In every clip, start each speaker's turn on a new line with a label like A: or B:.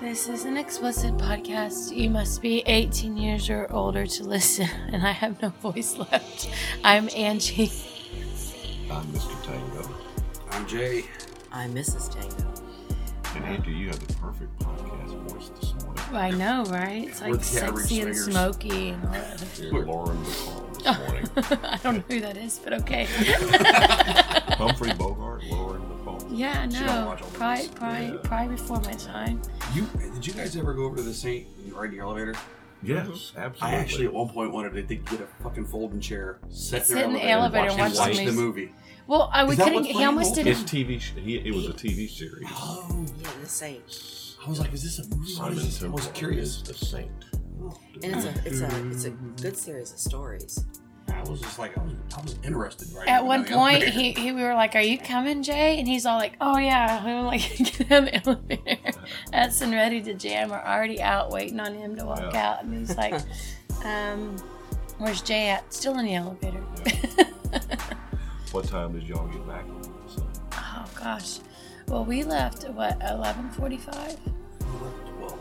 A: This is an explicit podcast. You must be 18 years or older to listen, and I have no voice left. I'm Angie.
B: I'm Mr. Tango.
C: I'm Jay.
D: I'm Mrs. Tango.
B: And Andrew, you have the perfect podcast voice this morning.
A: I know, right? It's like
C: We're the average
A: sexy and
C: singers.
A: smoky and all that.
B: You're Lauren McCall this
A: Oh.
B: morning.
A: I don't know who that is, but okay.
B: Humphrey Bogart, Lauren McCall.
A: Yeah,
C: She don't
A: no.
C: watch all
A: Probably,
C: those.
A: probably,
B: Yeah.
A: probably before my time.
C: You did you guys ever go over to the Saint ride the elevator?
B: Yes, absolutely.
C: I actually at one point wanted to dig- get a fucking folding chair, sit,
A: Sit in the elevator and
C: and
B: watch
C: watch
B: the
C: the movie.
A: Well, I was
C: that
A: kidding.
C: what's
A: He
C: playing
A: almost
C: Golden?
A: did.
B: It's TV. sh- He, it was a TV series.
C: Oh,
D: Yeah, the same.
C: I was like, is this a movie? What
B: Simon
C: is this? I was
B: Temple is
C: curious.
B: the saint.
D: And it's a it's a it's a
B: Mm-hmm.
D: good series of stories.
C: I was just like, I was, I was interested. Right
A: At
C: now
A: one
C: in the
A: point,
C: elevator.
A: he, he we were like, "Are you coming, Jay?" And he's all like, "Oh yeah, we were like get in the elevator." Us and Ready to Jam are already out waiting on him to walk
B: Yeah.
A: out, and he's like, um, "Where's Jay at? Still in the elevator."
B: What time did y'all get back? So,
A: oh gosh. Well, we left at what eleven forty-five.
C: Well,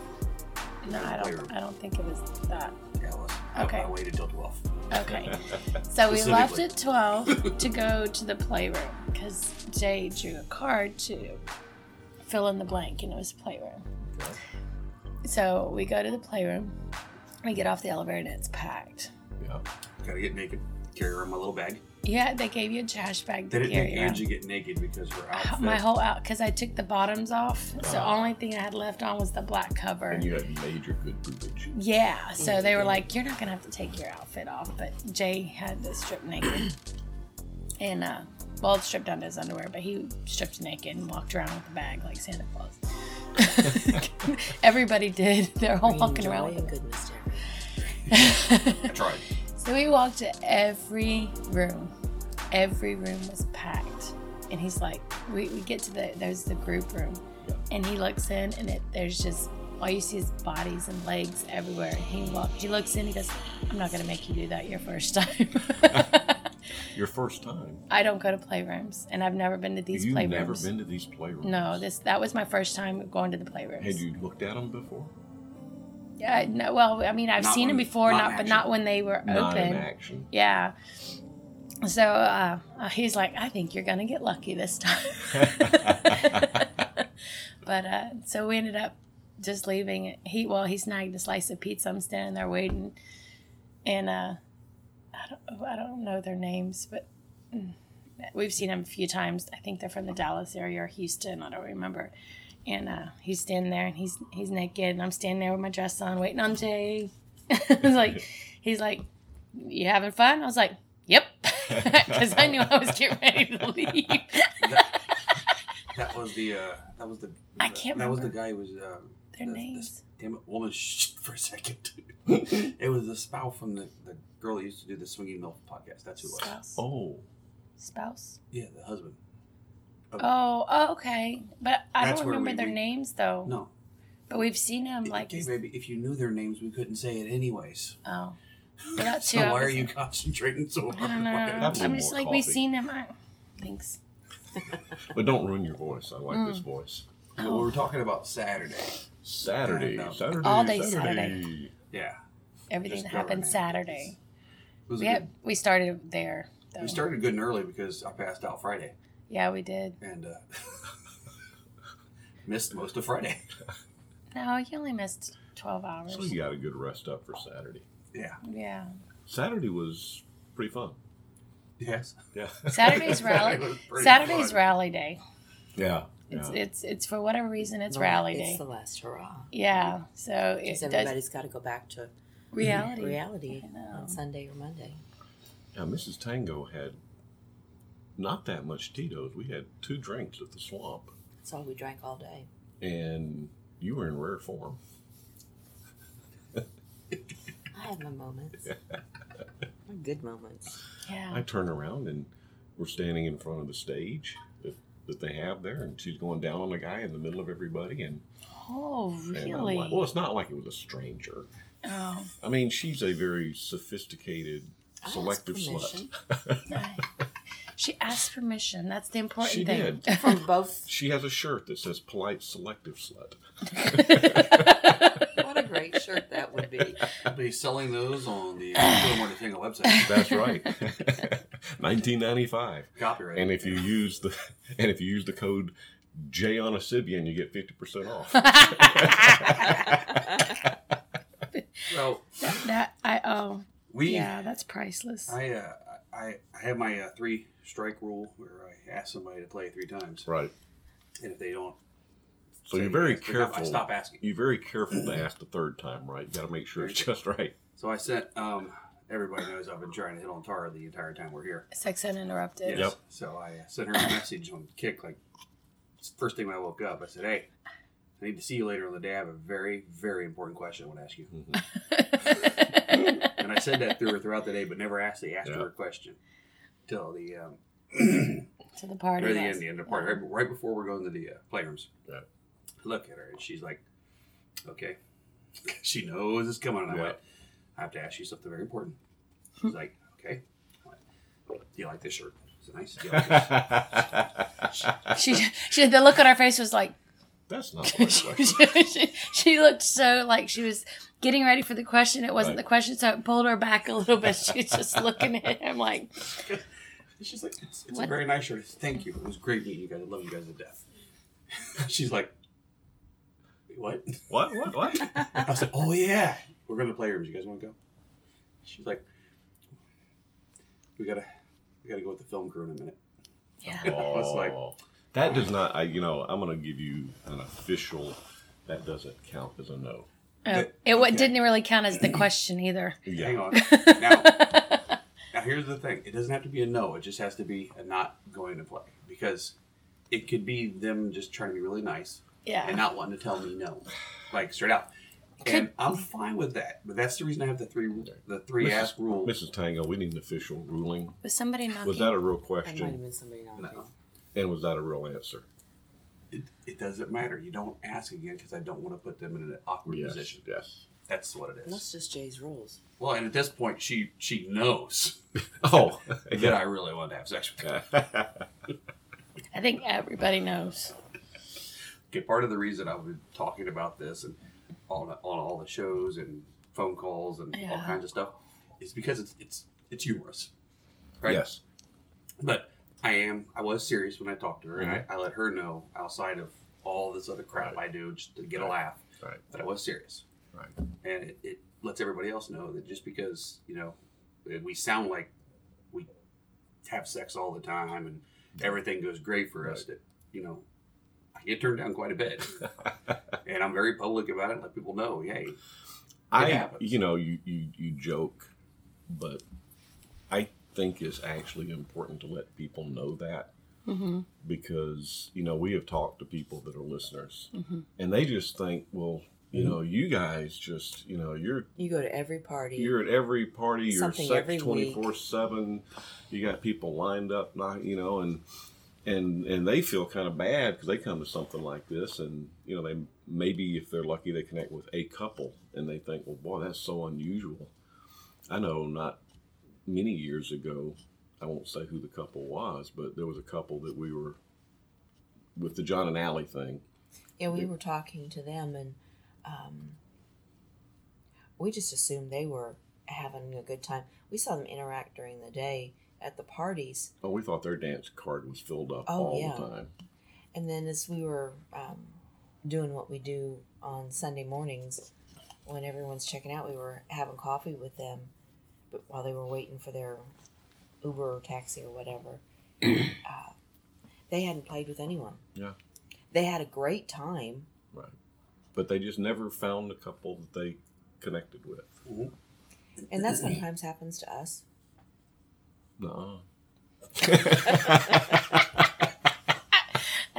A: No, I don't. I don't think it was that.
C: yeah, it was.
A: Okay.
C: I, I waited till twelve.
A: Okay. So we left
C: Specifically.
A: at 12 to go to the playroom because Jay drew a card to fill in the blank and it was playroom. So we go to the playroom, we get off the elevator and it's packed.
B: yeah.
C: Gotta get naked. Carry around my little bag.
A: Yeah, they gave you a trash bag
C: They
A: to
C: didn't make
A: carry around.
C: Angie get naked because her outfit.
A: My whole out because I took the bottoms off, so the
B: Ah.
C: Oh.
A: only thing I had left on was the black cover.
B: And you had major good boobage.
A: Yeah, so they were like, "You're not gonna have to take your outfit off," but Jay had to strip naked, and uh, well, stripped down to his underwear, but he stripped naked and walked around with a bag like Santa Claus. Everybody did. They're all walking
D: Joy
A: around. with
D: and goodness, Jerry.
C: I tried.
A: So we walked to every room. Every room was packed. And he's like, we, we get to the, there's the group room.
B: Yeah.
A: And he looks in and it, there's just, all you see is bodies and legs everywhere. And he, walk, he looks in, he goes, I'm not going to make you do that your first time.
B: Your first time.
A: I don't go to playrooms and I've never been to these
B: You've
A: playrooms.
B: never been to these playrooms.
A: no, this that was my first time going to the playrooms.
B: Had you looked at them before?
A: Yeah, no, well, I mean, I've
C: Not
A: seen them
C: when-
A: before,
C: not in
A: not but
C: action.
A: not when they were
B: Not
A: open.
B: in action.
A: Yeah. So uh, uh, he's like, I think you're going to get lucky this time. but uh, so we ended up just leaving. He Well, he snagged a slice of pizza. I'm standing there waiting. And uh, I, don't, I don't know their names, but mm, we've seen them a few times. I think they're from the Dallas area or Houston. I don't remember. And uh, he's standing there and he's he's naked. And I'm standing there with my dress on, waiting on Jay. I was like, he's like, you having fun? I was like, yep. Because I knew I was getting ready to leave.
C: That was the. Uh, that was the.
A: I can't
C: That was the
A: remember.
C: guy who was. Um,
A: Their
C: the- the
A: names.
C: Damn it, woman, shh for a second. it was the spouse from the, the girl who used to do the Swinging Milk podcast. That's who it was.
A: Spouse.
B: Oh,
A: Spouse.
C: Yeah, the husband.
A: Oh, oh, okay. But I
C: That's
A: don't
C: where
A: remember
C: we-
A: their
C: we-
A: names though.
C: No.
A: But we've seen them like.
C: okay, baby, if you knew their names, we couldn't say it anyways.
A: Oh. Well, that too.
C: So
A: I
C: why are
A: was-
C: you concentrating so hard?
A: I don't know.
B: Have a little
A: I'm just
B: more
A: like we've
B: coffee.
A: seen them. I, thanks.
B: but don't ruin your voice. I like
A: Mm.
B: this voice.
A: Oh.
C: Well, we were talking about Saturday.
B: Saturday,
C: Yeah, no.
B: Saturday,
A: All day
B: Saturday.
C: Yeah.
A: Everything
C: Just
A: that
C: go right
A: happened
C: now.
A: Saturday.
C: It was a
A: We had,
C: good-
A: we started there. Though.
C: we started good and early because I passed out Friday
A: Yeah, we did.
C: and uh, missed most of Friday.
A: No, you only missed twelve hours.
B: So you got a good rest up for Saturday.
C: Yeah.
A: yeah.
B: Saturday was pretty fun.
C: Yes.
B: Yeah.
A: Saturday's
C: Saturday
A: rally.
C: was pretty
A: Saturday's
C: fun.
A: rally day.
B: Yeah.
A: It's,
B: yeah.
A: it's it's for whatever reason it's
D: Well,
A: rally
D: It's
A: day.
D: the last hurrah.
A: Yeah, so it
D: Because
A: does
D: everybody's got to go back to
A: reality.
D: reality
A: I know.
D: on Sunday or Monday.
B: Now, Mrs. Tango had not that much Tito's. We had two drinks at the swamp,
D: That's all we drank all day.
B: and you were in rare form.
D: I had my moments. my good moments.
A: Yeah,
B: I turn around and we're standing in front of the stage that, that they have there, and she's going down on a guy in the middle of everybody. And,
A: Oh,
B: and I'm like,
A: really?
B: well, it's not like it was a stranger.
A: Oh,
B: I mean, she's a very sophisticated
D: I asked
B: selective slut.
D: permission.
A: She asked permission. That's the important
B: She
A: thing.
B: did.
D: From both.
B: She has a shirt that says polite selective slut.
D: What a great shirt that would be.
C: I'll be selling those on the Gilmore to Tingle website.
B: That's right. 1995.
C: Copyright.
B: And if you use the and if you use the code J on a Sibian, you get 50% off.
C: well,
A: that I oh
C: we
A: yeah, that's priceless.
C: I uh, I I have my uh, three strike rule where I ask somebody to play three times,
B: right.
C: and if they don't,
B: So
C: say
B: you're very
C: yes, they stop- I
B: careful.
C: stop asking.
B: You're very careful to ask the third time, right? You got to make sure it's just right.
C: So I sent. Um, everybody knows I've been trying to hit on Tara the entire time we're here.
A: Sex uninterrupted.
B: Yep.
C: So I uh, sent her a message on Kick. Like first thing when I woke up, I said, "Hey, I need to see you later on the day. I have a very very important question I want to ask you."
B: Mhm.
C: and I said that through her throughout the day, but never actually asked
B: Yeah.
C: her a question till the um, near
A: to the party.
C: the
A: yes.
C: end, the end of the party, right, right before we're going to the uh, playrooms.
B: Yeah.
C: I look at her and she's like, "Okay," she knows it's coming. And I
B: Yeah.
C: went, "I have to ask you something very important." She's like, "Okay." I went, Do you like this shirt? It's nice. Do you like this?
A: She, she the look on her face was like
B: That's not the right
A: she,
B: question.
A: she, she looked so like she was getting ready for the question. It wasn't
B: Right.
A: the question, so it pulled her back a little bit. She was just looking at him like,
C: She's like, it's, it's a
A: What?
C: very nice shirt. Thank you. It was great meeting you guys. I love you guys to death. She's like, what?
B: What? What? What?
C: I was like, oh yeah, we're going to playrooms. You guys want to go? She's like, we gotta, we gotta go with the film crew in a minute.
A: yeah.
B: Oh,
C: It's like-
B: that does not. I you know I'm gonna give you an official. That doesn't count as a no.
A: Oh,
C: Okay.
A: it wa- didn't really count as the question either.
B: Yeah.
C: Hang on. Now, now here's the thing. It doesn't have to be a no. It just has to be a not going to play because it could be them just trying to be really nice and
A: Yeah.
C: not wanting to tell me no, like straight out. And I'm fine with that, but that's the reason I have the three the three ask rule.
B: Mrs. Tango, we need an official ruling.
A: Was somebody knocking?
B: Was that a real
D: That might have
B: question?
D: been somebody knocking.
C: No,
B: And was that a real answer?
C: it, it doesn't matter. You don't ask again because I don't want to put them in an awkward
B: Yes.
C: position.
B: Yes.
C: That's what it
D: That's
C: is.
D: just Jay's rules.
C: Well, and at this point, she she knows
B: Oh.
C: that I really want to have sex with her.
A: I think everybody knows.
C: Okay, part of the reason I've been talking about this and on on all the shows and phone calls and all
A: Yeah.
C: kinds of stuff is because it's it's it's humorous, right?
B: Yes.
C: But I am. I was serious when I talked to her,
B: Mm-hmm.
C: and I, I let her know outside of all this other crap I do just to get a laugh
B: Right.
C: that I was serious,
B: Right.
C: and it, it lets everybody else know that just because you know that we sound like we have sex all the time and everything goes great for us, that you know I get turned down quite a bit, and I'm very public about it. Let people know, hey,
B: I,
C: happens.
B: you know, you, you, you joke, but I think it's actually important to let people know that
A: Mm-hmm.
B: because, you know, we have talked to people that are listeners and they just think, well, you know, you guys just, you know, you're
D: You go to every party.
B: you're at every party, you're
D: Something every
B: sex
D: week.
B: twenty four seven, you got people lined up, not you know, and and and they feel kind of bad because they come to something like this, and you know, they maybe if they're lucky, they connect with a couple, and they think, well, boy, that's so unusual. I know not many years ago, I won't say who the couple was, but there was a couple that we were with the John and Allie thing.
D: Yeah, we were talking to them, and um, we just assumed they were having a good time. We saw them interact during the day at the parties,
B: Oh, we thought their dance card was filled up
D: Oh,
B: all
D: yeah.
B: the time.
D: and then as we were um, doing what we do on Sunday mornings, when everyone's checking out, we were having coffee with them, but while they were waiting for their Uber or taxi or whatever, uh, they hadn't played with anyone.
B: Yeah.
D: they had a great time.
B: Right. But they just never found a couple that they connected with.
D: And that sometimes happens to us.
B: No.
A: I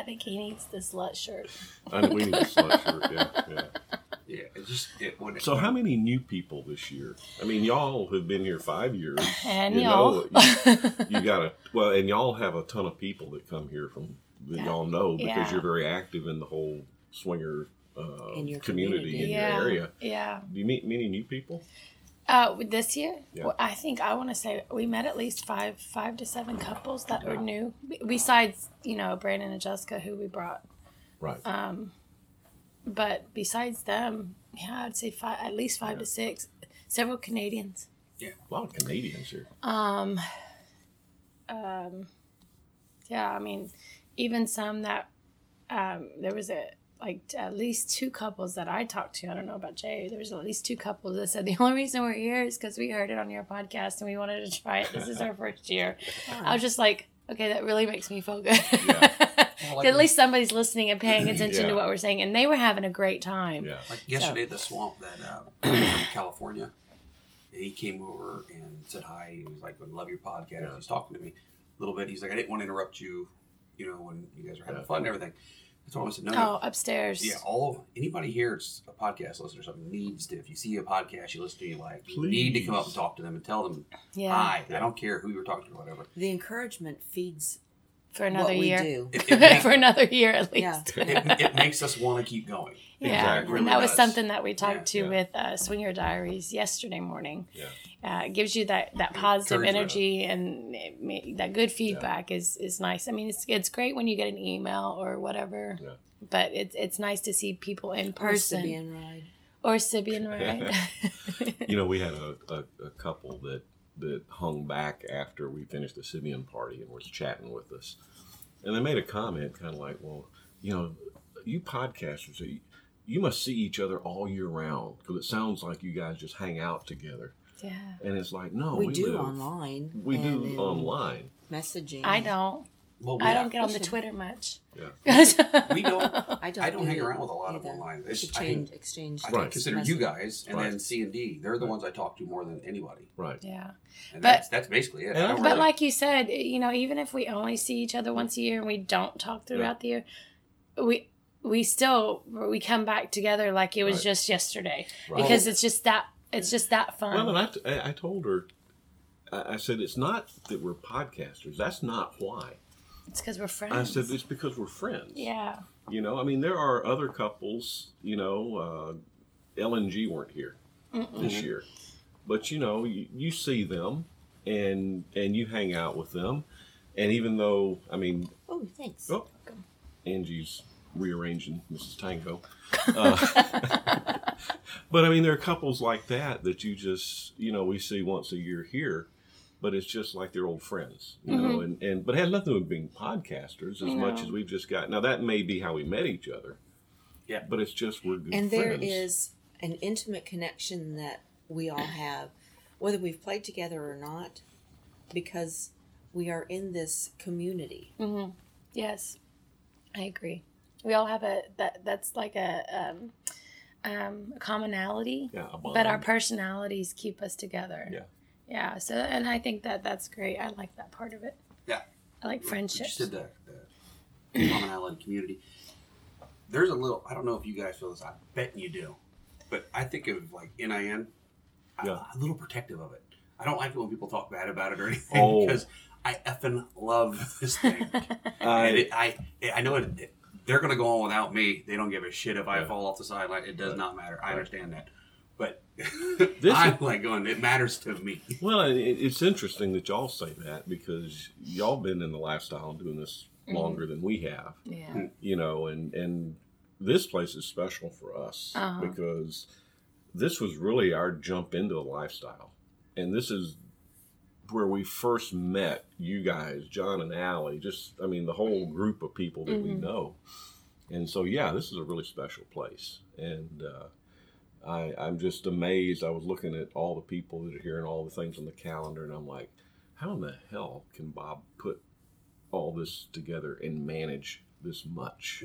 A: think he needs the slut shirt.
B: I know we need a slut shirt. Yeah, yeah.
C: yeah, it just it would.
B: So, how many new people this year? I mean, y'all have been here five years.
A: And
B: You
A: y'all.
B: know, You got a well, and y'all have a ton of people that come here from that y'all know because
A: Yeah.
B: you're very active in the whole swinger uh,
D: In
B: community, in
D: your community.
A: yeah.
B: your area.
A: Yeah.
B: Do you meet many new people?
A: Uh, with this year,
B: Yeah.
A: well, I think I want to say we met at least five, five to seven couples that were new. b- Besides, you know, Brandon and Jessica, who we brought, um,
B: Right.
A: but besides them, yeah, I'd say five, at least five to six. Several Canadians.
B: a lot of Canadians here.
A: Um, um, yeah, I mean, even some that um, there was a like at least two couples that I talked to. I don't know about Jay. There was at least two couples that said the only reason we're here is because we heard it on your podcast and we wanted to try it. This is our first year. I was just like, okay, that really makes me feel good.
C: Well, like
A: at least somebody's listening and paying attention
B: Yeah.
A: to what we're saying, and they were having a great time.
B: Yeah.
C: Like yesterday, at the swamp that uh, from California, he came over and said hi. He was like, "I love your podcast." He was talking to me a little bit. He's like, "I didn't want to interrupt you, you know, when you guys were having
B: Yeah.
C: fun and everything." I told him, "I said, no, no,
A: Oh, upstairs.
C: yeah, all anybody here, it's a podcast listener, or something needs to. If you see a podcast you listen to, you like, you need to come up and talk to them and tell them
A: Yeah.
C: hi. I don't care who you were talking to, or whatever.
E: The encouragement feeds
A: for another
D: what we
A: year.
D: do.
C: It, it, makes,
A: for another year at least.
D: Yeah.
C: it, it makes us want to keep going.
A: Yeah,
B: Exactly.
A: and that was
C: Really does.
A: something that we talked to
B: Yeah, yeah.
A: with uh, Swinger Diaries yesterday morning.
B: Yeah.
A: Uh, it gives you that, that positive
C: Encouragement.
A: energy and it ma- that good feedback is, is nice. I mean, it's it's great when you get an email or whatever,
B: Yeah.
A: but it's it's nice to see people in person
D: Caribbean ride.
A: or Sibian, right?
B: You know, we had a, a, a couple that that hung back after we finished the Simeon party and was chatting with us, and they made a comment, kind of like, "Well, you know, you podcasters, you- you must see each other all year round because it sounds like you guys just hang out together."
A: yeah,
B: And it's like,
C: Oh,
B: no,
D: we,
B: we,
D: do
B: live-
D: online.
B: We
D: and
B: do
D: in
B: online.
D: messaging.
A: I don't.
C: Well,
A: I
C: yeah.
A: don't get on the Twitter much.
B: Yeah.
C: We don't.
D: I don't.
C: I don't
D: do
C: hang
D: it
C: around with a lot of
D: either.
C: online.
D: We
C: It's-
D: should
C: I
D: change
C: think-
D: exchange.
C: I
B: Right.
C: consider you guys and
B: Right.
C: then C and D. They're the ones I talk to more than anybody,
B: Right.
A: Yeah.
C: and
A: But-
C: that's that's basically it. I
B: Yeah.
C: don't
A: But
C: really-
A: like you said, you know, even if we only see each other once a year and we don't talk throughout the year, we we still we come back together like it was
B: Right.
A: just yesterday
B: Right.
A: because it's just that it's just that fun.
B: Well, and I, t- I- I told her, I, I said, it's not that we're podcasters. That's not why.
A: it's because we're friends.
B: I said, it's because we're friends.
A: yeah,
B: You know, I mean, there are other couples, you know, uh, L and G weren't here this year. But, you know, you, you see them and and you hang out with them. And even though, I mean,
D: Oh, thanks.
B: oh, Angie's rearranging Mrs. Tango. Uh, but I mean, there are couples like that that you just, you know, we see once a year here, but it's just like they're old friends, you
D: Mm-hmm.
B: know, and, and, but it had nothing to do with being podcasters as much as we've just got. Now, that may be how we met each other.
C: Yeah.
B: But it's just we're good
D: and there
B: friends.
D: is an intimate connection that we all have, whether we've played together or not, because we are in this community.
A: Mm. yes, I agree. We all have a that that's like a um, um, a commonality,
B: Yeah, a
A: but our
B: bond.
A: personalities keep us together.
B: Yeah.
A: yeah. So, and I think that that's great. I like that part of it.
C: yeah,
A: I like
C: you
A: friendships.
C: said the, the commonality community. There's a little. I don't know if you guys feel this. I bet you do, but I think of like NIN. I-
B: Yeah.
C: I'm a little protective of it. I don't like it when people talk bad about it or anything
B: Oh.
C: because I effing love this thing. and
B: I,
C: it, I I know it, it- they're gonna go on without me. They don't give a shit if I
B: Right.
C: fall off the sideline. It does not matter. I understand that, but
B: This
C: I'm
B: is-
C: like going. It matters to me.
B: well, it, it's interesting that y'all say that because y'all been in the lifestyle and doing this
D: Mm-hmm.
B: longer than we have.
A: Mm-hmm. yeah.
B: you know and and this place is special for us because this was really our jump into the lifestyle and this is where we first met you guys john and Allie, just i mean the whole group of people that we know and so yeah this is a really special place and uh I, I'm just amazed. I was looking at all the people that are here and all the things on the calendar, and I'm like, how in the hell can Bob put all this together and manage this much.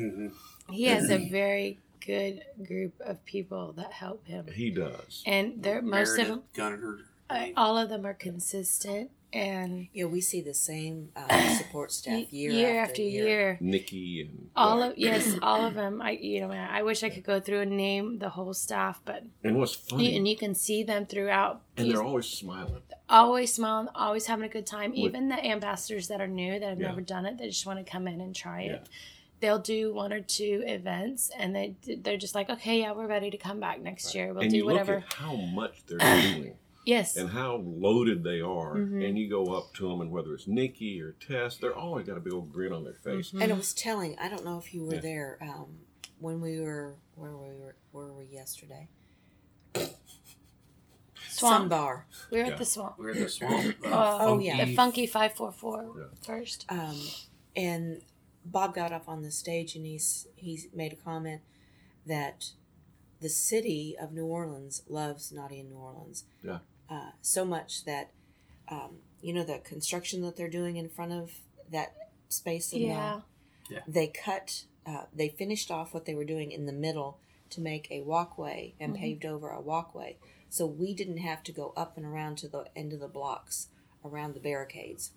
A: He has a very good group of people that help him,
B: He does.
A: and they're most of them,
C: Gunner.
A: uh, all of them are consistent and
D: Yeah, we see the same uh, support staff year, after, year.
B: Nikki and
A: All of yes, all of them. I you know man, I wish I could go through and name the whole staff, but
B: and what's
A: you,
B: funny
A: and you can see them throughout.
B: and
A: He's
B: they're always smiling.
A: always smiling, always having a good time. Even the ambassadors that are new that have
B: Yeah.
A: never done it, they just want to come in and try it.
B: Yeah.
A: They'll do one or two events, and they they're just like, okay, yeah, we're ready to come back next year. We'll
B: and
A: do
B: you
A: whatever.
B: look at how much they're doing.
A: Yes.
B: and how loaded they are.
A: Mhm.
B: And you go up to them, and whether it's Nikki or Tess, they're always got a big old grin on their face.
A: Mm-hmm.
D: And it was telling. I don't know if you were
B: Mm-hmm. Yeah.
D: there um, when we were where we were were we yesterday? Sun
A: Swamp.
D: bar.
A: We were
B: Yeah.
A: at the swamp.
C: We're at the swamp. uh,
A: Uh,
D: Oh, yeah.
A: The funky 544
B: Yeah.
A: first.
D: Um, and Bob got up on the stage and he's he made a comment that the city of New Orleans loves Naughty in New Orleans.
B: Yeah.
D: Uh, so much that um, you know the construction that they're doing in front of that space. In
A: Yeah.
D: The, they cut. Uh, they finished off what they were doing in the middle to make a walkway and
A: Mhm.
D: paved over a walkway, so we didn't have to go up and around to the end of the blocks around the barricades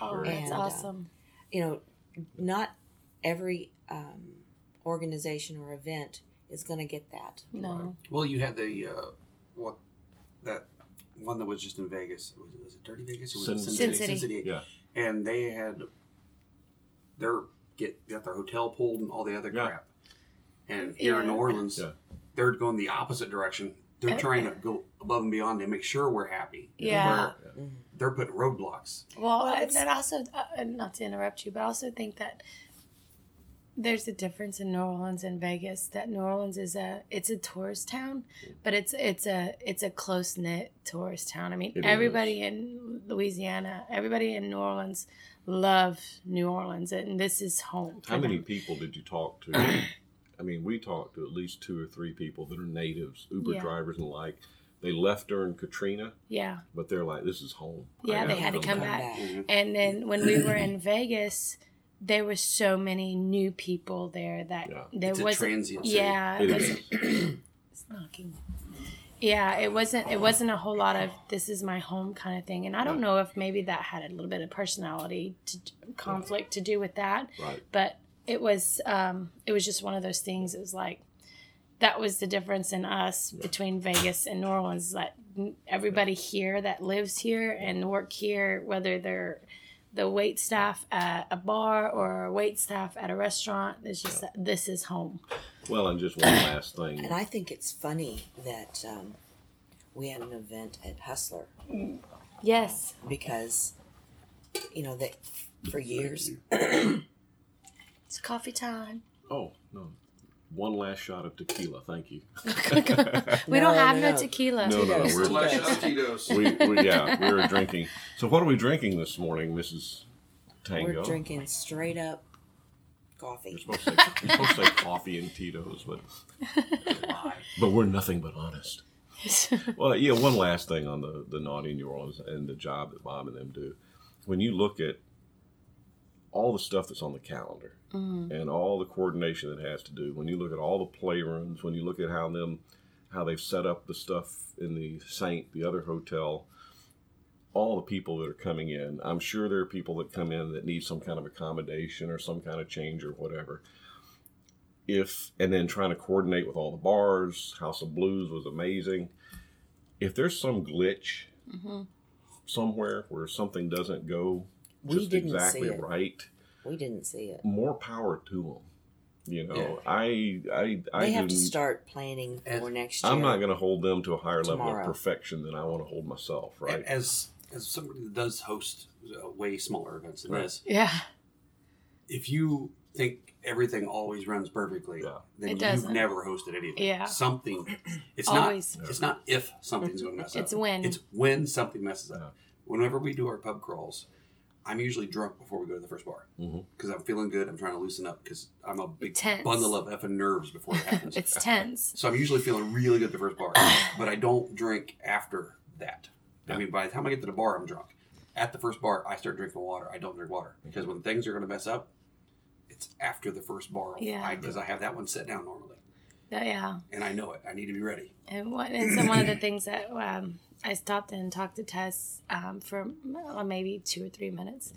A: Oh,
B: Right.
A: that's
D: And, uh,
A: awesome.
D: you know, not every um, organization or event is going to get that.
A: No.
C: Well, you had the uh, what that one that was just in Vegas. Was it, was it Dirty Vegas or was it
B: Sin
C: Sin
A: City.
C: City? Sin City.
B: Yeah.
C: And they had their get got their hotel pulled and all the other
B: Yeah.
C: crap. And here in
A: Yeah.
C: New Orleans,
B: Yeah.
C: they're going the opposite direction. They're
A: Uh,
C: trying to go above and beyond to make sure we're happy.
A: Yeah.
C: Where they're putting roadblocks.
A: Well,
D: Well,
A: and
D: it's-
A: and also, uh, and not to interrupt you, but I also think that there's a difference in New Orleans and Vegas. That New Orleans is a it's a tourist town, but it's it's a it's a close knit tourist town. I mean,
B: It
A: everybody in Louisiana, everybody in New Orleans, love New Orleans, and this is home. for
B: How many
A: them.
B: people did you talk to? I mean, we talked to at least two or three people that are natives, Uber
A: Yeah.
B: drivers and the like. They left during Katrina,
A: Yeah,
B: but they're like, "This is home." I
A: Yeah, they
B: gotta
A: had to come back.
C: Mhm.
A: And then when we were in Vegas, there were so many new people there that
B: Yeah.
A: there
C: It's a
A: wasn't.
C: transient city.
A: yeah,
B: It
A: there's-
B: is.
A: it's knocking. Yeah, it wasn't. It wasn't a whole lot of "this is my home" kind of thing, and I don't know if maybe that had a little bit of personality to, conflict to do with that,
B: Right.
A: but it was. Um, it was just one of those things. It was like that was the difference in us between Vegas and New Orleans. is That everybody here that lives here and work here, whether they're the wait staff at a bar or a wait staff at a restaurant, it's just that this is home.
B: Well, and just one last thing.
D: And I think it's funny that um, we had an event at Hustler
A: Yes.
D: because, you know, that for years,
A: It's coffee time.
B: oh no, one last shot of tequila. Thank you.
A: we don't have no, tequila.
B: No, no, no.
D: Tito's,
B: We're,
D: Flash
C: up Tito's.
B: we, we, yeah, we were drinking. So, what are we drinking this morning, Mrs. Tango?
D: we're drinking straight up coffee.
B: You're supposed, to, you're supposed to say coffee and Tito's, but but we're nothing but honest. Well, yeah. One last thing on the the naughty New Orleans and the job that Bob and them do. When you look at all the stuff that's on the calendar
D: Mm-hmm.
B: and all the coordination that has to do, when you look at all the playrooms, when you look at how them how they've set up the stuff in the Saint, the other hotel, all the people that are coming in. I'm sure there are people that come in that need some kind of accommodation or some kind of change or whatever. If and then trying to coordinate with all the bars, House of Blues was amazing. If there's some glitch
D: Mm-hmm.
B: somewhere where something doesn't go
D: We
B: just
D: didn't see
B: exactly
D: it.
B: right,
D: We didn't see it.
B: more power to them. You know, I I I
D: They have
B: do-
D: to start planning for next year.
B: I'm not going to hold them to a higher level of
D: Tomorrow.
B: perfection than I want to hold myself,
C: E-,
B: right?
C: As as somebody that does host uh, way smaller events than
B: Right.
C: this,
A: Yeah.
C: if you think everything always runs perfectly,
B: Yeah.
A: It
C: then you've
A: doesn't.
C: never hosted anything.
A: Yeah.
C: Something it's
A: Always.
C: not it's not if something's gonna mess up.
A: It's when.
C: It's when something messes up.
B: Yeah.
C: Whenever we do our pub crawls, I'm usually drunk before we go to the first bar
B: Mhm.
C: because I'm feeling good. I'm trying to loosen up because I'm a big
A: Tense.
C: bundle of effing nerves before it happens.
A: It's tense.
C: So I'm usually feeling really good the first bar, but I don't drink after that. I mean, by the time I get to the bar, I'm drunk. At the first bar, I start drinking water. I don't drink water because when things are going to mess up, it's after the first bar.
A: Yeah.
C: Because I, have that one set down normally,
A: Yeah.
C: and I know it. I need to be ready.
A: And what and so one of the things that um, I stopped and talked to Tess um, for well, maybe two or three minutes,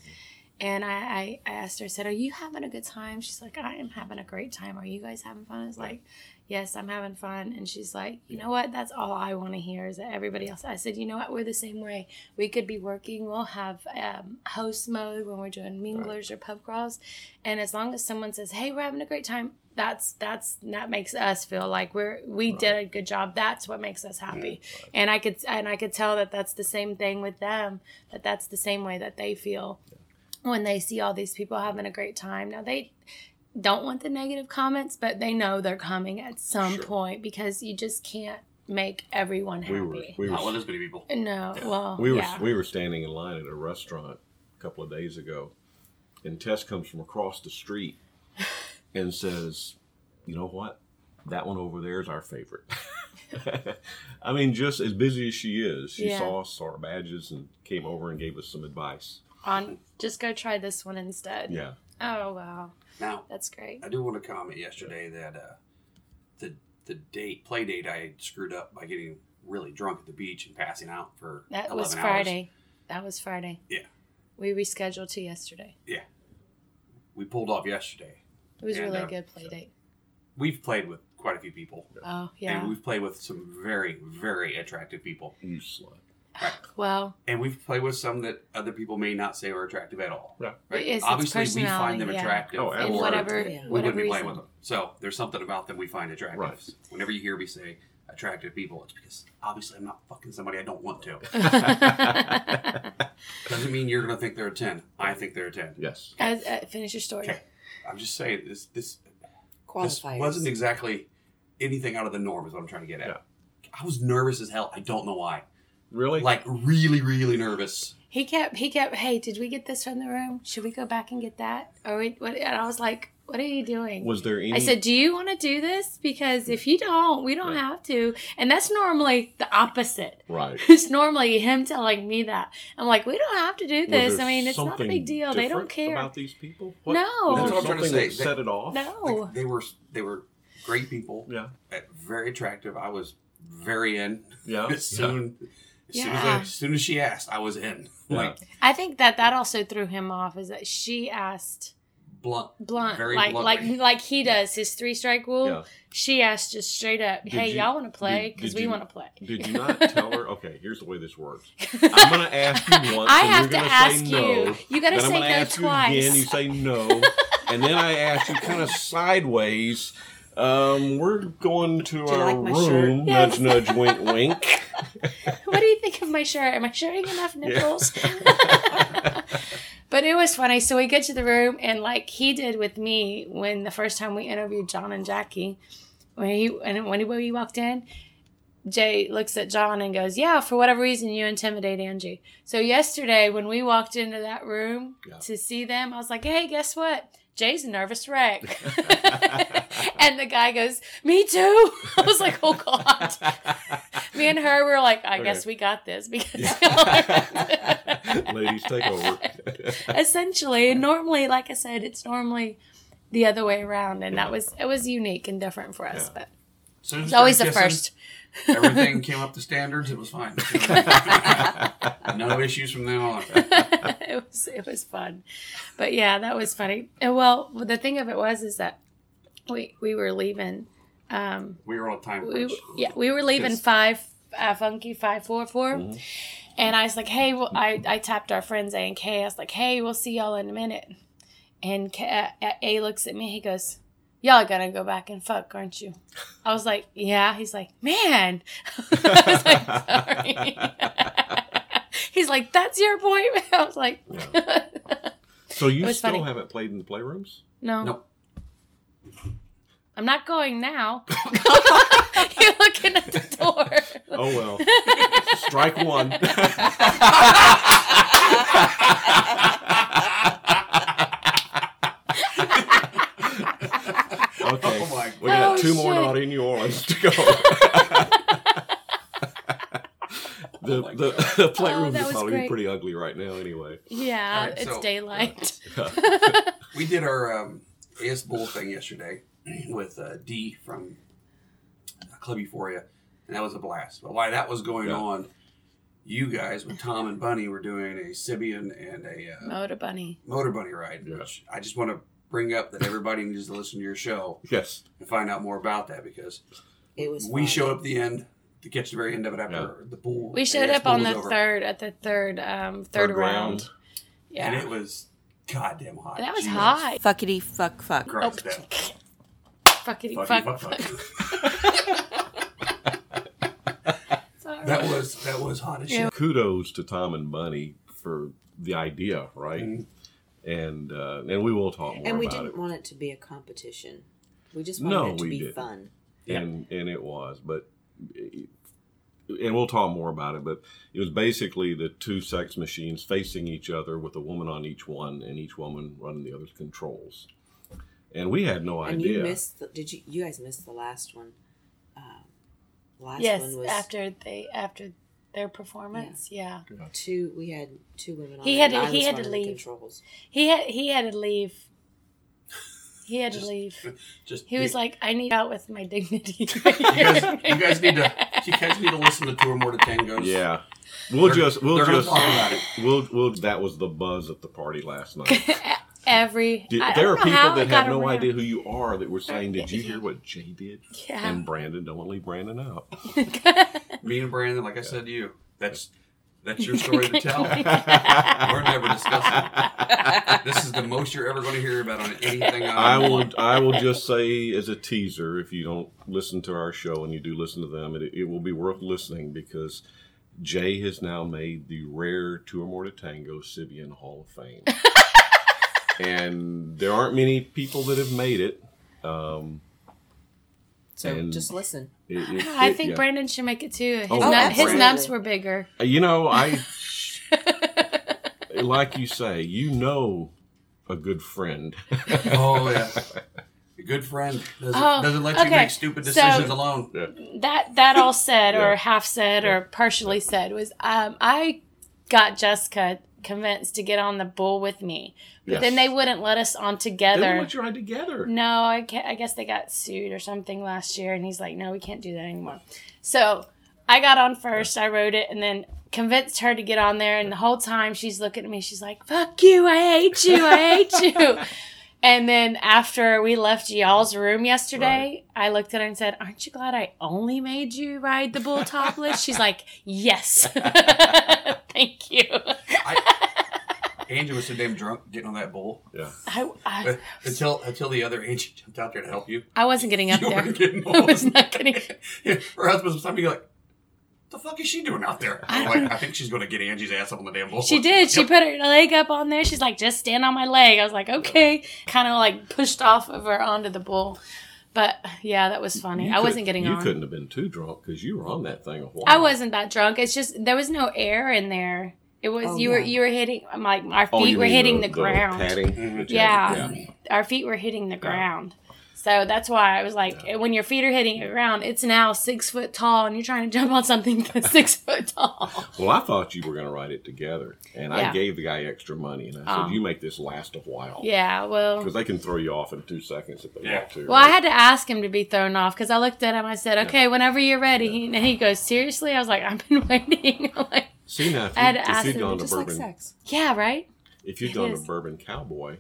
A: and I, I, I asked her, I said, "Are you having a good time?" She's like, "I am having a great time. Are you guys having fun?" I was like, "Yes, I'm having fun." And she's like, "You know what? That's all I want to hear is that everybody else." I said, "You know what? We're the same way. We could be working. We'll have um, host mode when we're doing minglers or pub crawls, and as long as someone says, "Hey, we're having a great time," that's that's that makes us feel like we're we did a good job that's what makes us happy and i could and i could tell that that's the same thing with them that that's the same way that they feel when they see all these people having a great time now they don't want the negative comments but they know they're coming at some
B: Sure.
A: point because you just can't make everyone happy Uh,
B: We were we
C: Not with
B: were
C: as many people.
A: no well
B: we were
A: yeah.
B: we were standing in line at a restaurant a couple of days ago, and Tess comes from across the street and says, "You know what? That one over there is our favorite." I mean, just as busy as she is, she
A: Yeah.
B: saw us, saw our badges, and came over and gave us some advice.
A: on just go try this one instead
B: Yeah,
A: oh wow
C: Now,
A: that's great
C: I do want to comment yesterday that uh, the the date play date I screwed up by getting really drunk at the beach and passing out for
A: that
C: 11
A: was
C: hours.
A: friday that was friday
C: Yeah.
A: we rescheduled to yesterday
C: We pulled off yesterday.
A: it was
C: Yeah,
A: really
C: no.
A: good play date
C: We've played with quite a few people,
A: oh yeah
C: and we've played with some very very attractive people,
B: you slut.
A: well
C: and we've played with some that other people may not say are attractive at all.
B: Yeah.
C: Right?
A: It's- it's
C: Obviously, we find them
A: personality, yeah.
C: attractive,
B: Oh,
A: in
B: absolutely.
C: or
A: whatever
D: Yeah.
C: we
A: whatever
C: wouldn't be playing
A: reason.
C: with them. So there's something about them we find attractive.
B: Right.
C: Whenever you hear me say attractive people, it's because obviously I'm not fucking somebody I don't want to.
A: Uh,
C: Doesn't mean you're gonna think they're a ten. I think they're a ten.
B: Yes.
A: As, uh, finish your story.
C: Okay. I'm just saying this this this
D: Qualifiers.
C: wasn't exactly anything out of the norm is what I'm trying to get at.
B: Yeah.
C: I was nervous as hell. I don't know why.
B: Really?
C: Like really, really nervous.
A: He kept he kept. Hey, did we get this from the room? Should we go back and get that? Or we, what? And I was like, what are you doing?
B: was there any?
A: I said, do you want to do this? Because if you don't, we don't
B: Right.
A: have to. And that's normally the opposite.
B: right.
A: It's normally him telling me that. I'm like, we don't have to do
B: Was
A: this.
B: there
A: I mean, it's not a
B: something
A: big deal. They don't
B: different
A: care.
B: about these people.
A: No.
B: was there
A: That's
C: what I'm trying to
B: something that
C: say. They-
B: set it off.
C: Like,
A: no.
C: they were they were great people.
B: Yeah.
C: uh, Very attractive. I was very in.
B: Yeah.
C: As soon as, soon as, I,
A: Yeah.
C: as soon as she asked, I was in.
B: Yeah.
C: Like
A: I think that that also threw him off is that she asked
C: blunt.
A: blunt,
C: Very
A: like
C: bluntly.
A: like like he does his three strike rule.
B: Yeah.
A: She asked just straight up,
B: Did
A: "Hey,
B: you-
A: y'all want to play?
B: did-
A: Because
B: did
A: we
B: you-
A: want to play."
B: Did you not tell her? Okay, here's the way this works. I'm gonna ask you once.
A: I
B: and
A: have to
B: you're gonna
A: ask
B: say
A: you.
B: No,
A: You gotta
B: then I'm
A: say
B: gonna
A: no
B: ask You again,
A: twice.
B: you say no, and then I ask you kind of sideways. Um, we're going to
E: you
B: our
E: like my shirt?
B: room.
A: Yes.
B: Nudge, nudge, wink, wink.
A: what do you think of my shirt? Am I showing enough nipples? but it was funny. So we get to the room, and like he did with me when the first time we interviewed John and Jackie, when he and when we walked in, Jay looks at John and goes, "Yeah, for whatever reason, you intimidate Angie." So yesterday, when we walked into that room
B: Yeah.
A: to see them, I was like, "Hey, guess what?" Jay's a nervous wreck. and the guy goes, Me too. I was like, Oh God. Me and her were like, I guess
B: Okay.
A: we got this because
B: Ladies, take over.
A: essentially, and normally, like I said, it's normally the other way around, and that was it was unique and different for us,
B: Yeah.
A: but
C: As soon as
A: it's
C: we
A: always the
C: started kissing,
A: first.
C: Everything came up to standards. It was fine. no issues from then on.
A: it was it was fun, but yeah, that was funny. And well, the thing of it was is that we we were leaving. Um,
C: We were on a time crunch.
A: we yeah we were leaving
C: Yes.
A: five uh, funky five four four, and I was like, hey, well, I I tapped our friends A and K. I was like, hey, we'll see y'all in a minute, and K, uh, A looks at me. He goes. Y'all gonna go back and fuck, aren't you? I was like, yeah. He's like, man. I was like, sorry. He's like, that's your appointment. I was like,
B: So you
A: It was
B: still
A: funny.
B: haven't played in the playrooms?
A: no,
C: Nope.
A: I'm not going now. You're looking at the door.
B: Oh well. Strike one. Okay.
C: Oh my
B: We got
A: Oh,
B: two more
A: shit.
B: naughty New Orleans to go. the,
C: Oh, my God.
B: the, the playrooms
A: Oh, that
B: are
A: was
B: probably
A: great.
B: pretty ugly right now, anyway.
A: Yeah,
C: Alright,
A: it's
C: so-
A: daylight.
C: We did our um, AS Bowl thing yesterday with uh, D from Club Euphoria, and that was a blast. But while that was going
B: Yeah.
C: on, you guys with Tom and Bunny were doing a Sibian and a uh,
A: Motor bunny.
C: motor bunny ride,
B: Yeah.
C: which I just want to bring up that everybody needs to listen to your show
B: Yes.
C: and find out more about that because
D: It was.
C: we
D: fun.
C: showed up at the end to catch the very end of it after
B: Yeah.
C: the pool.
A: We showed
C: AS
A: up on
C: Bowl
A: the
C: was over.
A: third at the third um third,
B: Third
A: round.
B: round.
A: Yeah.
C: and it was goddamn hot.
A: that was
C: Jesus
A: hot.
E: Fuckity fuck fuck.
C: Christ, that-
A: Fuckity
C: Fuck,
A: fuck.
C: fuck, fuck.
A: Sorry.
C: That was that was hot as shit.
B: Kudos to Tom and Bunny for the idea, right?
C: Mhm.
B: And uh, and we will talk more
E: and we
B: about
E: didn't
B: it.
E: want it to be a competition. We just wanted
B: No,
E: it to
B: we
E: be
B: didn't.
E: fun.
C: Yeah.
B: and and it was but it- and we'll talk more about it but it was basically the two sex machines facing each other with a woman on each one and each woman running the other's controls and we had no
E: and
B: idea
E: you missed. The, did you? You guys missed the last one. Um, the last
A: yes,
E: one was
A: after they after their performance, yeah.
E: two. We had two women. On
A: He
E: it,
A: had
E: and
A: to-
E: I
A: he
E: was
A: had to
E: running the
A: leave.
E: Controls.
A: He had he had to leave. He had to leave.
C: Just
A: He was
C: you,
A: like, "I need out with my dignity."
C: you guys, you guys need to you guys need to listen to two or more to tangos.
B: yeah we'll
C: They're-
B: just we'll
C: they're gonna
B: just
C: talk about it.
B: we'll we'll that was the buzz at the party last night
A: Every
B: Did-
A: I- I
B: there are
A: don't know how
B: people
A: it
B: that
A: got
B: have no
A: around.
B: idea who you are that were saying did you hear what jay did
A: Yeah.
B: and brandon don't want to leave brandon out
C: Me and Brandon, like I said to you, that's that's your story to tell. We're never discussing. it. This is the most you're ever going to hear about on anything.
B: I
C: I
B: will. I will just say as a teaser, if you don't listen to our show and you do listen to them, it, it will be worth listening because Jay has now made the rare two or more to tango Sibian Hall of Fame, and there aren't many people that have made it. Um,
D: So
B: And-
D: just listen.
B: it- it-
A: I
B: it-
A: think
B: yeah.
A: Brandon should make it too. His,
B: Oh,
A: nub- his
D: absolutely.
A: nubs were bigger.
B: You know, I like you say, you know, a good friend.
C: Oh yeah. A good friend doesn't,
A: Oh,
C: doesn't let you
A: okay.
C: make stupid
A: So-
C: decisions alone.
A: that that all said
B: Yeah.
A: or half said or partially said was um, I got Jessica convinced to get on the bull with me, but
B: Yes.
A: then they wouldn't let us on
B: They
A: together.
B: want you ride together.
A: No, I can't, I guess they got sued or something last year, and he's like, no, we can't do that anymore. So I got on first. I wrote it, and then convinced her to get on there. And the whole time she's looking at me, she's like, "Fuck you! I hate you! I hate you!" And then after we left y'all's room yesterday, I looked at her and said, "Aren't you glad I only made you ride the bull topless?" She's like, "Yes, thank you."
C: Angie was so damn drunk getting on that bull
B: Yeah.
A: I, I,
C: But until until the other Angie jumped out there to help you.
A: I wasn't getting up
C: you
A: there.
C: weren't getting
A: I
C: on.
A: was not getting.
C: Her husband was probably like, "The fuck is she doing out there?"
A: I
C: I'm
A: don't-
C: like, I think she's going to get Angie's ass up on the damn bull.
A: She did. She
C: Yep.
A: put her leg up on there. She's like, just stand on my leg. I was like, okay. Kind of like pushed off of her onto the bull. But yeah, that was funny.
B: You
A: I
B: could-
A: wasn't getting
B: you
A: on.
B: couldn't have been too drunk because you were on that thing a while.
A: I wasn't that drunk. It's just there was no air in there. It was
E: Oh,
A: you were
E: yeah.
A: you were hitting I'm like our
B: Oh,
A: feet
B: you
A: were
B: mean
A: hitting the, ground.
B: padding?
C: Mhm.
A: Yeah. Our feet were hitting the ground. So that's why I was like, when your feet are hitting the ground, it's now six foot tall, and you're trying to jump on something that's six foot tall.
B: Well, I thought you were going to write it together, and I
A: Yeah.
B: gave the guy extra money, and I said,
A: Oh.
B: "You make this last a while,
A: Yeah, well,
B: because they can throw you off in two seconds if they
C: Yeah.
B: want to."
A: Well, I had to ask him to be thrown off because I looked at him. I said, "Okay, whenever you're ready." And he goes, "Seriously?" I was like, "I've been waiting." I'm like,
B: see now if,
A: I had
B: you,
A: to ask
B: if you'd
A: him,
B: gone to
E: Just
B: bourbon,
E: like sex.
A: "Yeah, right."
B: if you'd
A: It
B: gone to
A: is.
B: Bourbon Cowboy,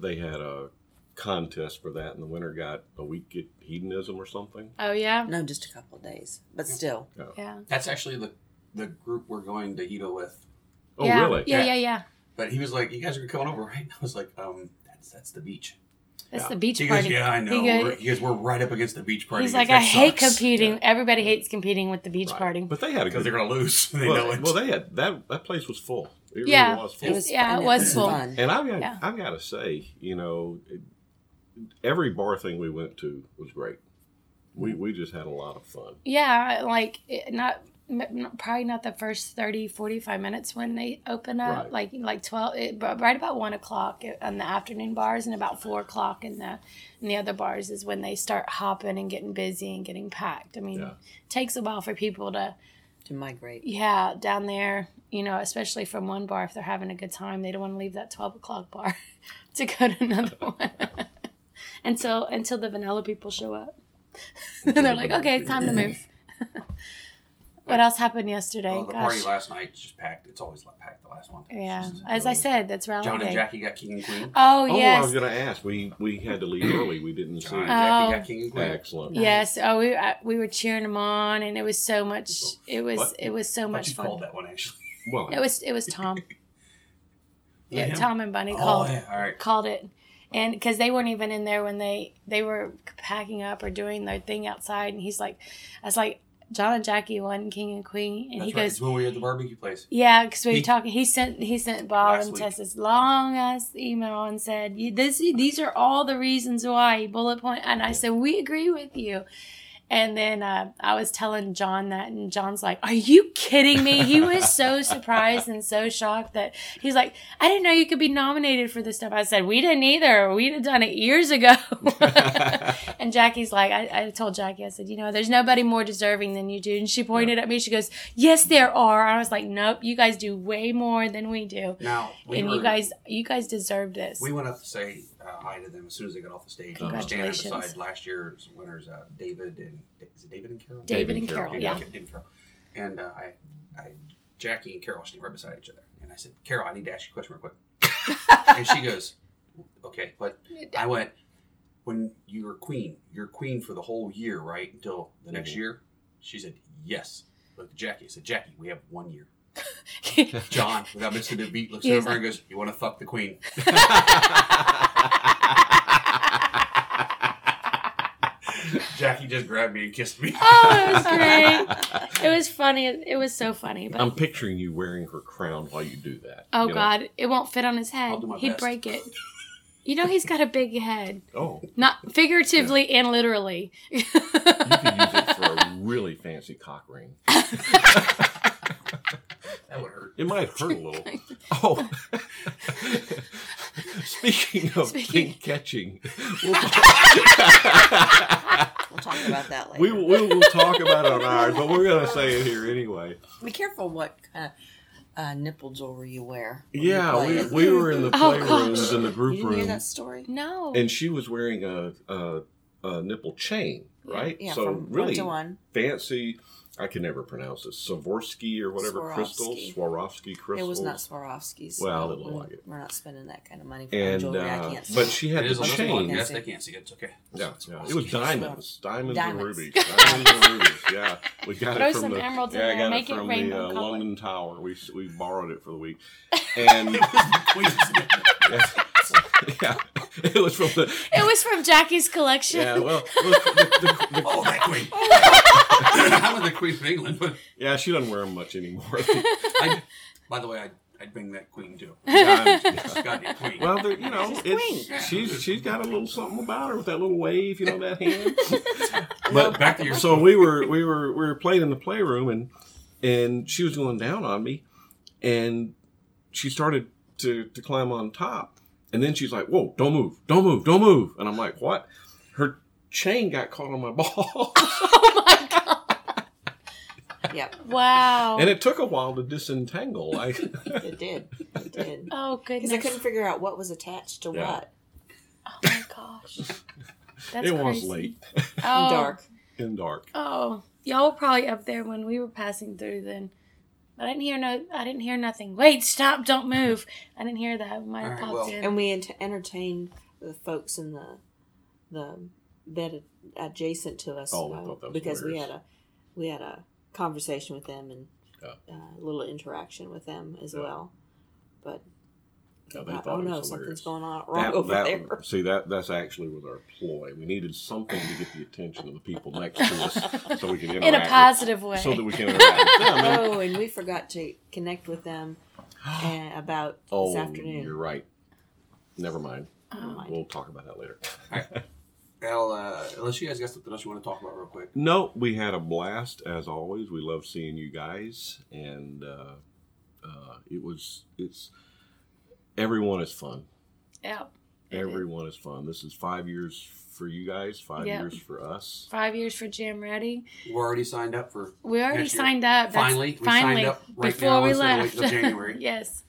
B: they had a contest for that, and the winner got a week at hedonism or something.
A: Oh yeah,
E: No, just a couple of days, but still.
A: yeah,
C: That's actually the the group we're going to Edo with.
B: Oh,
A: yeah.
B: really?
A: Yeah, yeah,
C: Yeah.
A: yeah.
C: But he was like, "You guys are coming over, right?" I was like, "Um, that's that's the beach."
A: That's
B: Yeah.
A: the beach
C: He goes,
A: party.
C: "Yeah, I know."
A: He
C: He
A: goes-
C: goes, "We're right up against the beach party."
A: He's
C: He goes,
A: like, "I
C: "That
A: hate
C: sucks."
A: competing. Everybody hates competing with the beach
B: Right.
A: party."
B: But they had a
C: because
B: good.
C: they're gonna lose. They know
B: well,
C: it.
B: well, they had that. That place was full. It
A: Yeah.
B: really was full.
E: It was
A: Yeah,
E: fun.
A: it was full.
E: fun.
B: And I've got,
A: Yeah.
B: I've got to say, you know, it- every bar thing we went to was great. We, we just had a lot of fun.
A: Yeah, like it, not, m- not probably not the first 30, 45 minutes when they open up.
B: Right.
A: Like like twelve, it, b- right about one o'clock on the afternoon bars, and about four o'clock in the in the other bars is when they start hopping and getting busy and getting packed. I mean,
B: Yeah.
A: it takes a while for people to
E: to migrate.
A: yeah down there. You know, especially from one bar if they're having a good time, they don't want to leave that twelve o'clock bar to go to another one. Until until the vanilla people show up, then they're like, okay, it's time to move. What else happened yesterday?
C: Well, the party
A: Oh, Gosh.
C: last night was just packed. It's always like packed the last one.
A: Yeah. As I said, that's rally
C: John and
A: day.
C: Jackie got king and queen.
A: Oh,
B: Oh, I
A: yes.
B: was going to ask. We we had to leave early. We didn't see
C: John and
B: it.
C: Jackie
A: Oh.
C: got king and queen.
B: excellent.
A: yes. Oh, we I, we were cheering them on and it was so much it was
B: What?
A: it was so
C: What
A: much
C: you
A: fun.
C: called that one actually?
B: Well,
A: It was it was Tom.
C: Yeah,
A: yeah,
C: him?
A: Tom and Bunny
C: Oh
A: called
C: yeah. All right.
A: called it. and because they weren't even in there when they they were packing up or doing their thing outside, and he's like, I was like, John and Jackie won King and Queen, and
C: That's
A: he
C: right.
A: goes,
C: It's when we were at the barbecue place.
A: yeah, because we were
C: He-
A: talking. He sent he sent Bob
C: Last
A: and
C: week.
A: Tess this long ass email and said, "You- "This these are all the reasons why." he Bullet point, and I said, "We agree with you." And then uh, I was telling John that, and John's like, "Are you kidding me?" He was so surprised and so shocked that he's like, "I didn't know you could be nominated for this stuff." I said, "We didn't either. We'd have done it years ago." and Jackie's like, I, I told Jackie, I said, you know, there's nobody more deserving than you do. And she pointed at me. She goes, "Yes, there are." I was like, "Nope, you guys do way more than we do,
C: Now we
A: and you
C: were-
A: guys, you guys deserve this."
C: We went up to say uh, hi to them as soon as they got off the stage. We were standing
A: Congratulations.
C: beside last year's winners, uh, David and is it David and Carol?
A: David and Carol,
C: David,
A: yeah.
C: okay, David and Carol. And uh, I, I, Jackie and Carol standing right beside each other, and I said, "Carol, I need to ask you a question real quick." and she goes, "Okay, but I went when you were queen. You're queen for the whole year, right? Until the next year." She said, "Yes." Looked at Jackie. I said, "Jackie, we have one year." John, without missing a beat, looks
A: He was
C: over and goes, "You want to fuck the queen?" Jackie just grabbed me and kissed me.
A: oh, it was great. It was funny. It was so funny. But
B: I'm picturing you wearing her crown while you do that.
A: oh
B: you know?
A: God, it won't fit on his head.
C: I'll do my
A: He'd
C: best.
A: break it. You know he's got a big head,
B: Oh, you
A: not figuratively and literally.
B: could use it for a really fancy cock ring.
C: That would hurt.
B: It might hurt a little. Oh, speaking of
A: Speaking-
B: thing catching, we'll,
D: We'll talk about that later.
B: we, will- we will talk about it on ours, but we're going to say it here anyway.
E: Be careful what kind of uh, nipple jewelry you wear. when you
B: Yeah,
E: play
B: we,
E: it.
B: we were in the
A: Oh,
B: playrooms
A: gosh.
B: in the
E: You
B: group
E: didn't hear
B: room,
E: that story?
A: no.
B: and she was wearing a, a, a nipple chain, right?
E: Yeah,
B: so
E: from one
B: really
E: to one.
B: fancy. I can never pronounce it. Swarovski or whatever crystal,
E: Swarovski.
B: Swarovski crystal.
E: It was not Swarovski's.
B: Well, it
E: We're-
B: looked like it.
E: We're not spending that kind of money for
B: and
E: jewelry. I
B: uh,
E: can't see.
B: but she had
C: It is
B: the
C: on the
B: chain.
C: podcast. They can't see it. It's okay.
B: Yeah, yeah. It was diamonds, diamonds, and
E: Diamonds.
B: rubies. Diamonds and rubies. Yeah, we got
A: Throw
B: it from
A: some
B: the
A: emeralds in
B: yeah, I
A: there,
B: got
A: make
B: it
A: it
B: from the
A: rainbow
B: uh,
A: colored.
B: London Tower. We s- we borrowed it for the week, and
C: Queen's
B: yeah, yeah, it was from the
A: It was from Jackie's collection.
B: yeah. Well, look, the, the, the,
C: Oh, that queen. I was the queen of England, but
B: yeah, she doesn't wear them much anymore.
C: I, by the way, I'd, I'd bring that queen too.
B: Diamonds.
C: Goddamn queen.
B: Well, they're- you know, it's, she's she's got a little something about her with that little wave, you know, that hand. but
C: back to your
B: so we were we were we were playing in the playroom, and and she was going down on me, and she started to to climb on top, and then she's like, "Whoa, don't move, don't move, don't move," and I'm like, "What?" Her chain got caught on my ball,
E: yep,
A: Wow.
B: and it took a while to disentangle. I
E: it did. It did.
A: oh
E: Because
A: goodness.
E: I couldn't figure out what was attached to
B: Yeah.
E: what.
A: Oh my gosh. That's
B: it was
A: crazy.
B: late
A: Oh,
E: Dark.
B: and dark.
A: Oh, y'all were probably up there when we were passing through. Then, I didn't hear no. I didn't hear nothing. Wait, stop! Don't move. I didn't hear that. My
C: All right,
A: popped
C: well,
A: in.
E: And we ent- entertained the folks in the the bed adjacent to us
B: Oh, I
E: uh,
B: thought that was
E: because
B: hilarious.
E: we had a we had a conversation with them and
B: Yeah.
E: uh, a little interaction with them as
B: Yeah.
E: well. But
B: Yeah, they
E: I-
B: thought
E: oh
B: it
E: no,
B: was hilarious.
E: something's going on wrong
B: That,
E: over
B: that-
E: there.
B: See that that's actually was our ploy. We needed something to get the attention of the people next to us, so we can interact
A: in a
B: with-
A: positive way.
B: so that we can interact with them. And-
E: oh, and we forgot to connect with them and about
B: oh,
E: this afternoon.
B: you're right. Never mind.
E: Never mind.
B: We'll talk about that later.
C: Al, uh, unless you guys got something else you want to talk about real quick.
B: No, we had a blast as always. We love seeing you guys, and uh, uh, it was it's everyone is fun.
A: yeah.
B: Everyone is fun. This is five years for you guys, five
A: Yep.
B: years for us.
A: Five years for Jam Ready.
C: We're already signed up for.
A: We already
C: Next year.
A: signed up. That's-
C: Finally, we
A: finally,
C: signed up right
A: before
C: now
A: we
C: instead of
A: left.
C: waiting till January.
A: yes,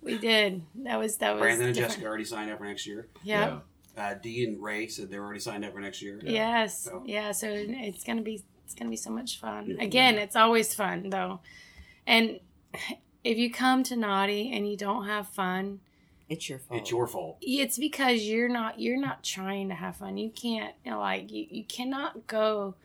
A: we did. That was that was.
C: Brandon and
A: different.
C: Jessica already signed up for next year.
A: Yep.
C: Uh, Dee and Ray said they're already signed up for next year.
B: Yeah.
A: Yes.
C: So-
A: Yeah. So it's gonna be it's gonna be so much fun.
B: Yeah.
A: Again, it's always fun though, and if you come to Naughty and you don't have fun,
E: It's your fault.
C: It's your fault.
A: it's because you're not you're not trying to have fun. You can't you know, like you, you cannot go.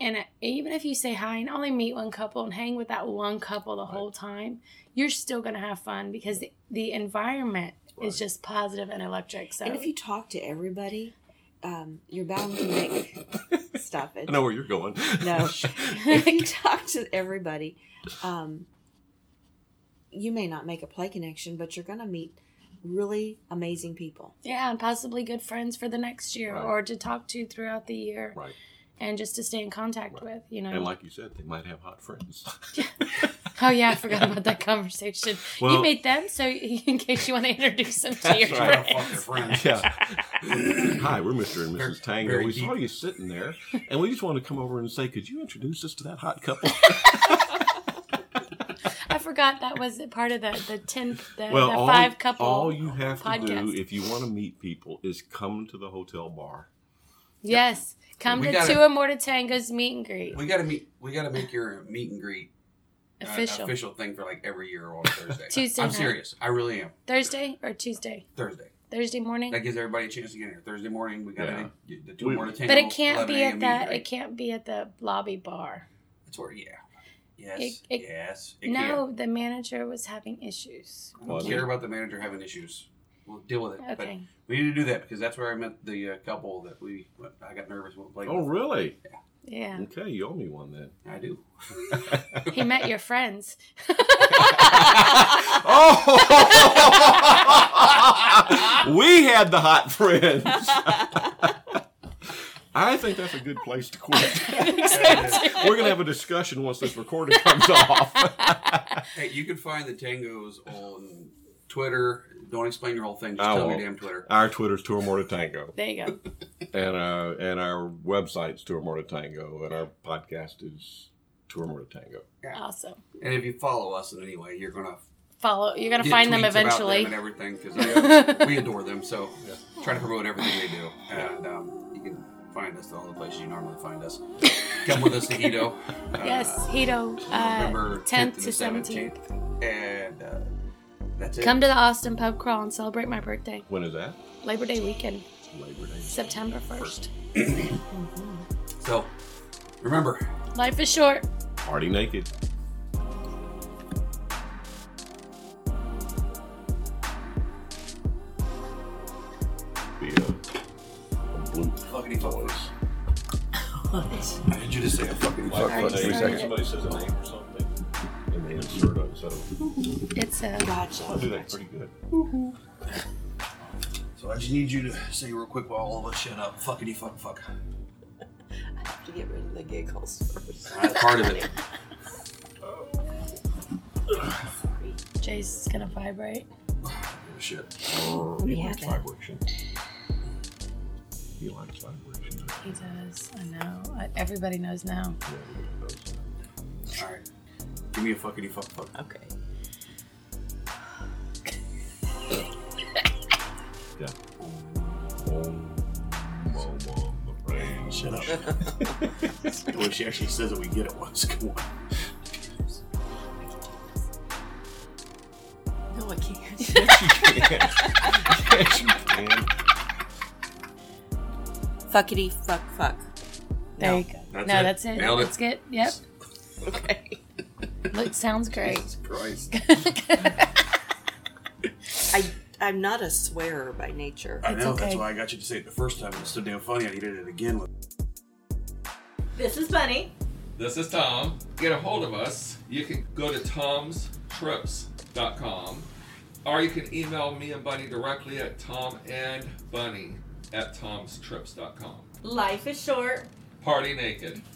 A: And uh, even if you say hi and only meet one couple and hang with that one couple the whole time, you're still going to have fun because the, the environment It's just positive and electric. So
E: And if you talk to everybody, um, you're bound to make. Stop it.
B: I know where you're going.
E: No. if you talk to everybody, um, you may not make a play connection, but you're going to meet really amazing people.
A: yeah, and possibly good friends for the next year
B: Right.
A: or to talk to throughout the year
B: right.
A: and just to stay in contact with, you know.
B: And like you said, they might have hot friends.
A: oh yeah, I forgot about that conversation. you
B: Well-
A: made them so in case you want to introduce them to your
C: Trying to fuck their
A: friends.
C: friends.
B: yeah. Hi, we're Mr. and
C: Very-
B: Mrs. Tango.
C: very
B: we
C: deep.
B: saw you sitting there, and we just wanted to come over and say, could you introduce us to that hot couple?
A: I forgot that was part of the the ten the,
B: well,
A: the
B: all,
A: five couple.
B: all you have to do
A: podcast.
B: if you want to meet people is come to the hotel bar.
A: yes, come
C: We
A: to
C: gotta-
A: two Amorta Tango's meet and greet.
C: We gotta meet. We gotta make your meet and greet uh,
A: official
C: official thing for like every year on Thursday.
A: Tuesday
C: I'm
A: night.
C: serious. I really am.
A: Thursday or Tuesday
C: Thursday.
A: Thursday morning.
C: That gives everybody a chance to get here. Thursday morning, we got
B: Yeah.
C: to the, the two
B: We-
C: more to ten.
A: But it can't
C: 11
A: be
C: a.m.
A: at
C: meet
A: that.
C: and
A: It
C: greet.
A: can't be at the lobby bar.
C: That's where, yeah. Yes.
A: It- it-
C: yes. It
A: No, the manager was having issues.
C: Can. I
B: Well,
C: don't care about the manager having issues. We'll deal with it. But
A: Okay.
C: we need to do that because that's where I met the uh, couple that we. I got nervous when playing.
B: Oh,
C: with.
B: really?
A: Yeah.
B: Okay, you owe me one then.
C: I do.
A: He met your friends.
B: Oh, we had the hot friends. I think that's a good place to quit. We're gonna have a discussion once this recording comes off.
C: Hey, you can find the tangos on Twitter. Don't explain your whole thing. Just
B: I
C: tell me
B: won't.
C: damn Twitter.
B: Our Twitter's Tour More to Tango,
A: There you go.
B: and uh, and our website's Tour More to Tango, and our podcast is Tour More to Tango.
A: Awesome.
C: And if you follow us in any way, you're gonna
A: Follow. You're gonna
C: get
A: find them
C: tweets about
A: eventually.
C: them and everything because we adore them. So try to promote everything they do, and um, you can find us at all the places you normally find us. Come with us to Hito. Uh,
A: yes, Hito.
C: November
A: Uh,
C: 10th,
A: 10th to 17th.
C: and uh, that's it.
A: Come to the Austin Pub Crawl and celebrate my birthday.
B: When is that?
A: Labor Day weekend,
B: Labor Day.
A: September 1st.
C: so remember,
A: Life is short.
B: Party naked. Be a, a blue
C: fuckity fuckboys. I need you to say a fucking
B: Like,
A: Alright,
B: when they-
A: sorry.
B: when somebody says a name or something, and they insert a, instead of,
A: It's a.
B: I do
E: Gotcha.
B: that pretty good.
C: So I just need you to say real quick while all of us shut up. Fuckity fuck fuck.
E: To get rid of the giggles first.
C: That's part of it.
A: Jay's is gonna vibrate.
C: Shit.
B: He
D: have
B: likes
D: it.
B: vibration. He likes vibration.
A: He does. I know. I, everybody knows now.
B: Yeah, he does.
C: All right. Give me a fuckity fuck fuck.
D: Okay.
B: Yeah. Boom, boom, boom, the brain.
C: Shut up. when she actually says it, we get it once. Come on.
D: No, I can't.
B: Yes, you can.
D: Fuckity fuck fuck.
A: There
C: No.
A: you go.
C: That's
A: no,
C: it.
A: that's it.
C: Nailed it.
A: That's good. Yep.
D: Okay.
A: Look, sounds great.
C: Jesus Christ.
E: I, I'm not a swearer by nature.
C: I
A: It's
C: know. That's
A: okay.
C: why I got you to say it the first time. It was so damn funny. I needed it again.
E: This is Bunny.
F: This is Tom. Get a hold of us. You can go to tomstrips.com or you can email me and Bunny directly at tomandbunny at tomstrips.com.
E: Life is short.
F: Party naked.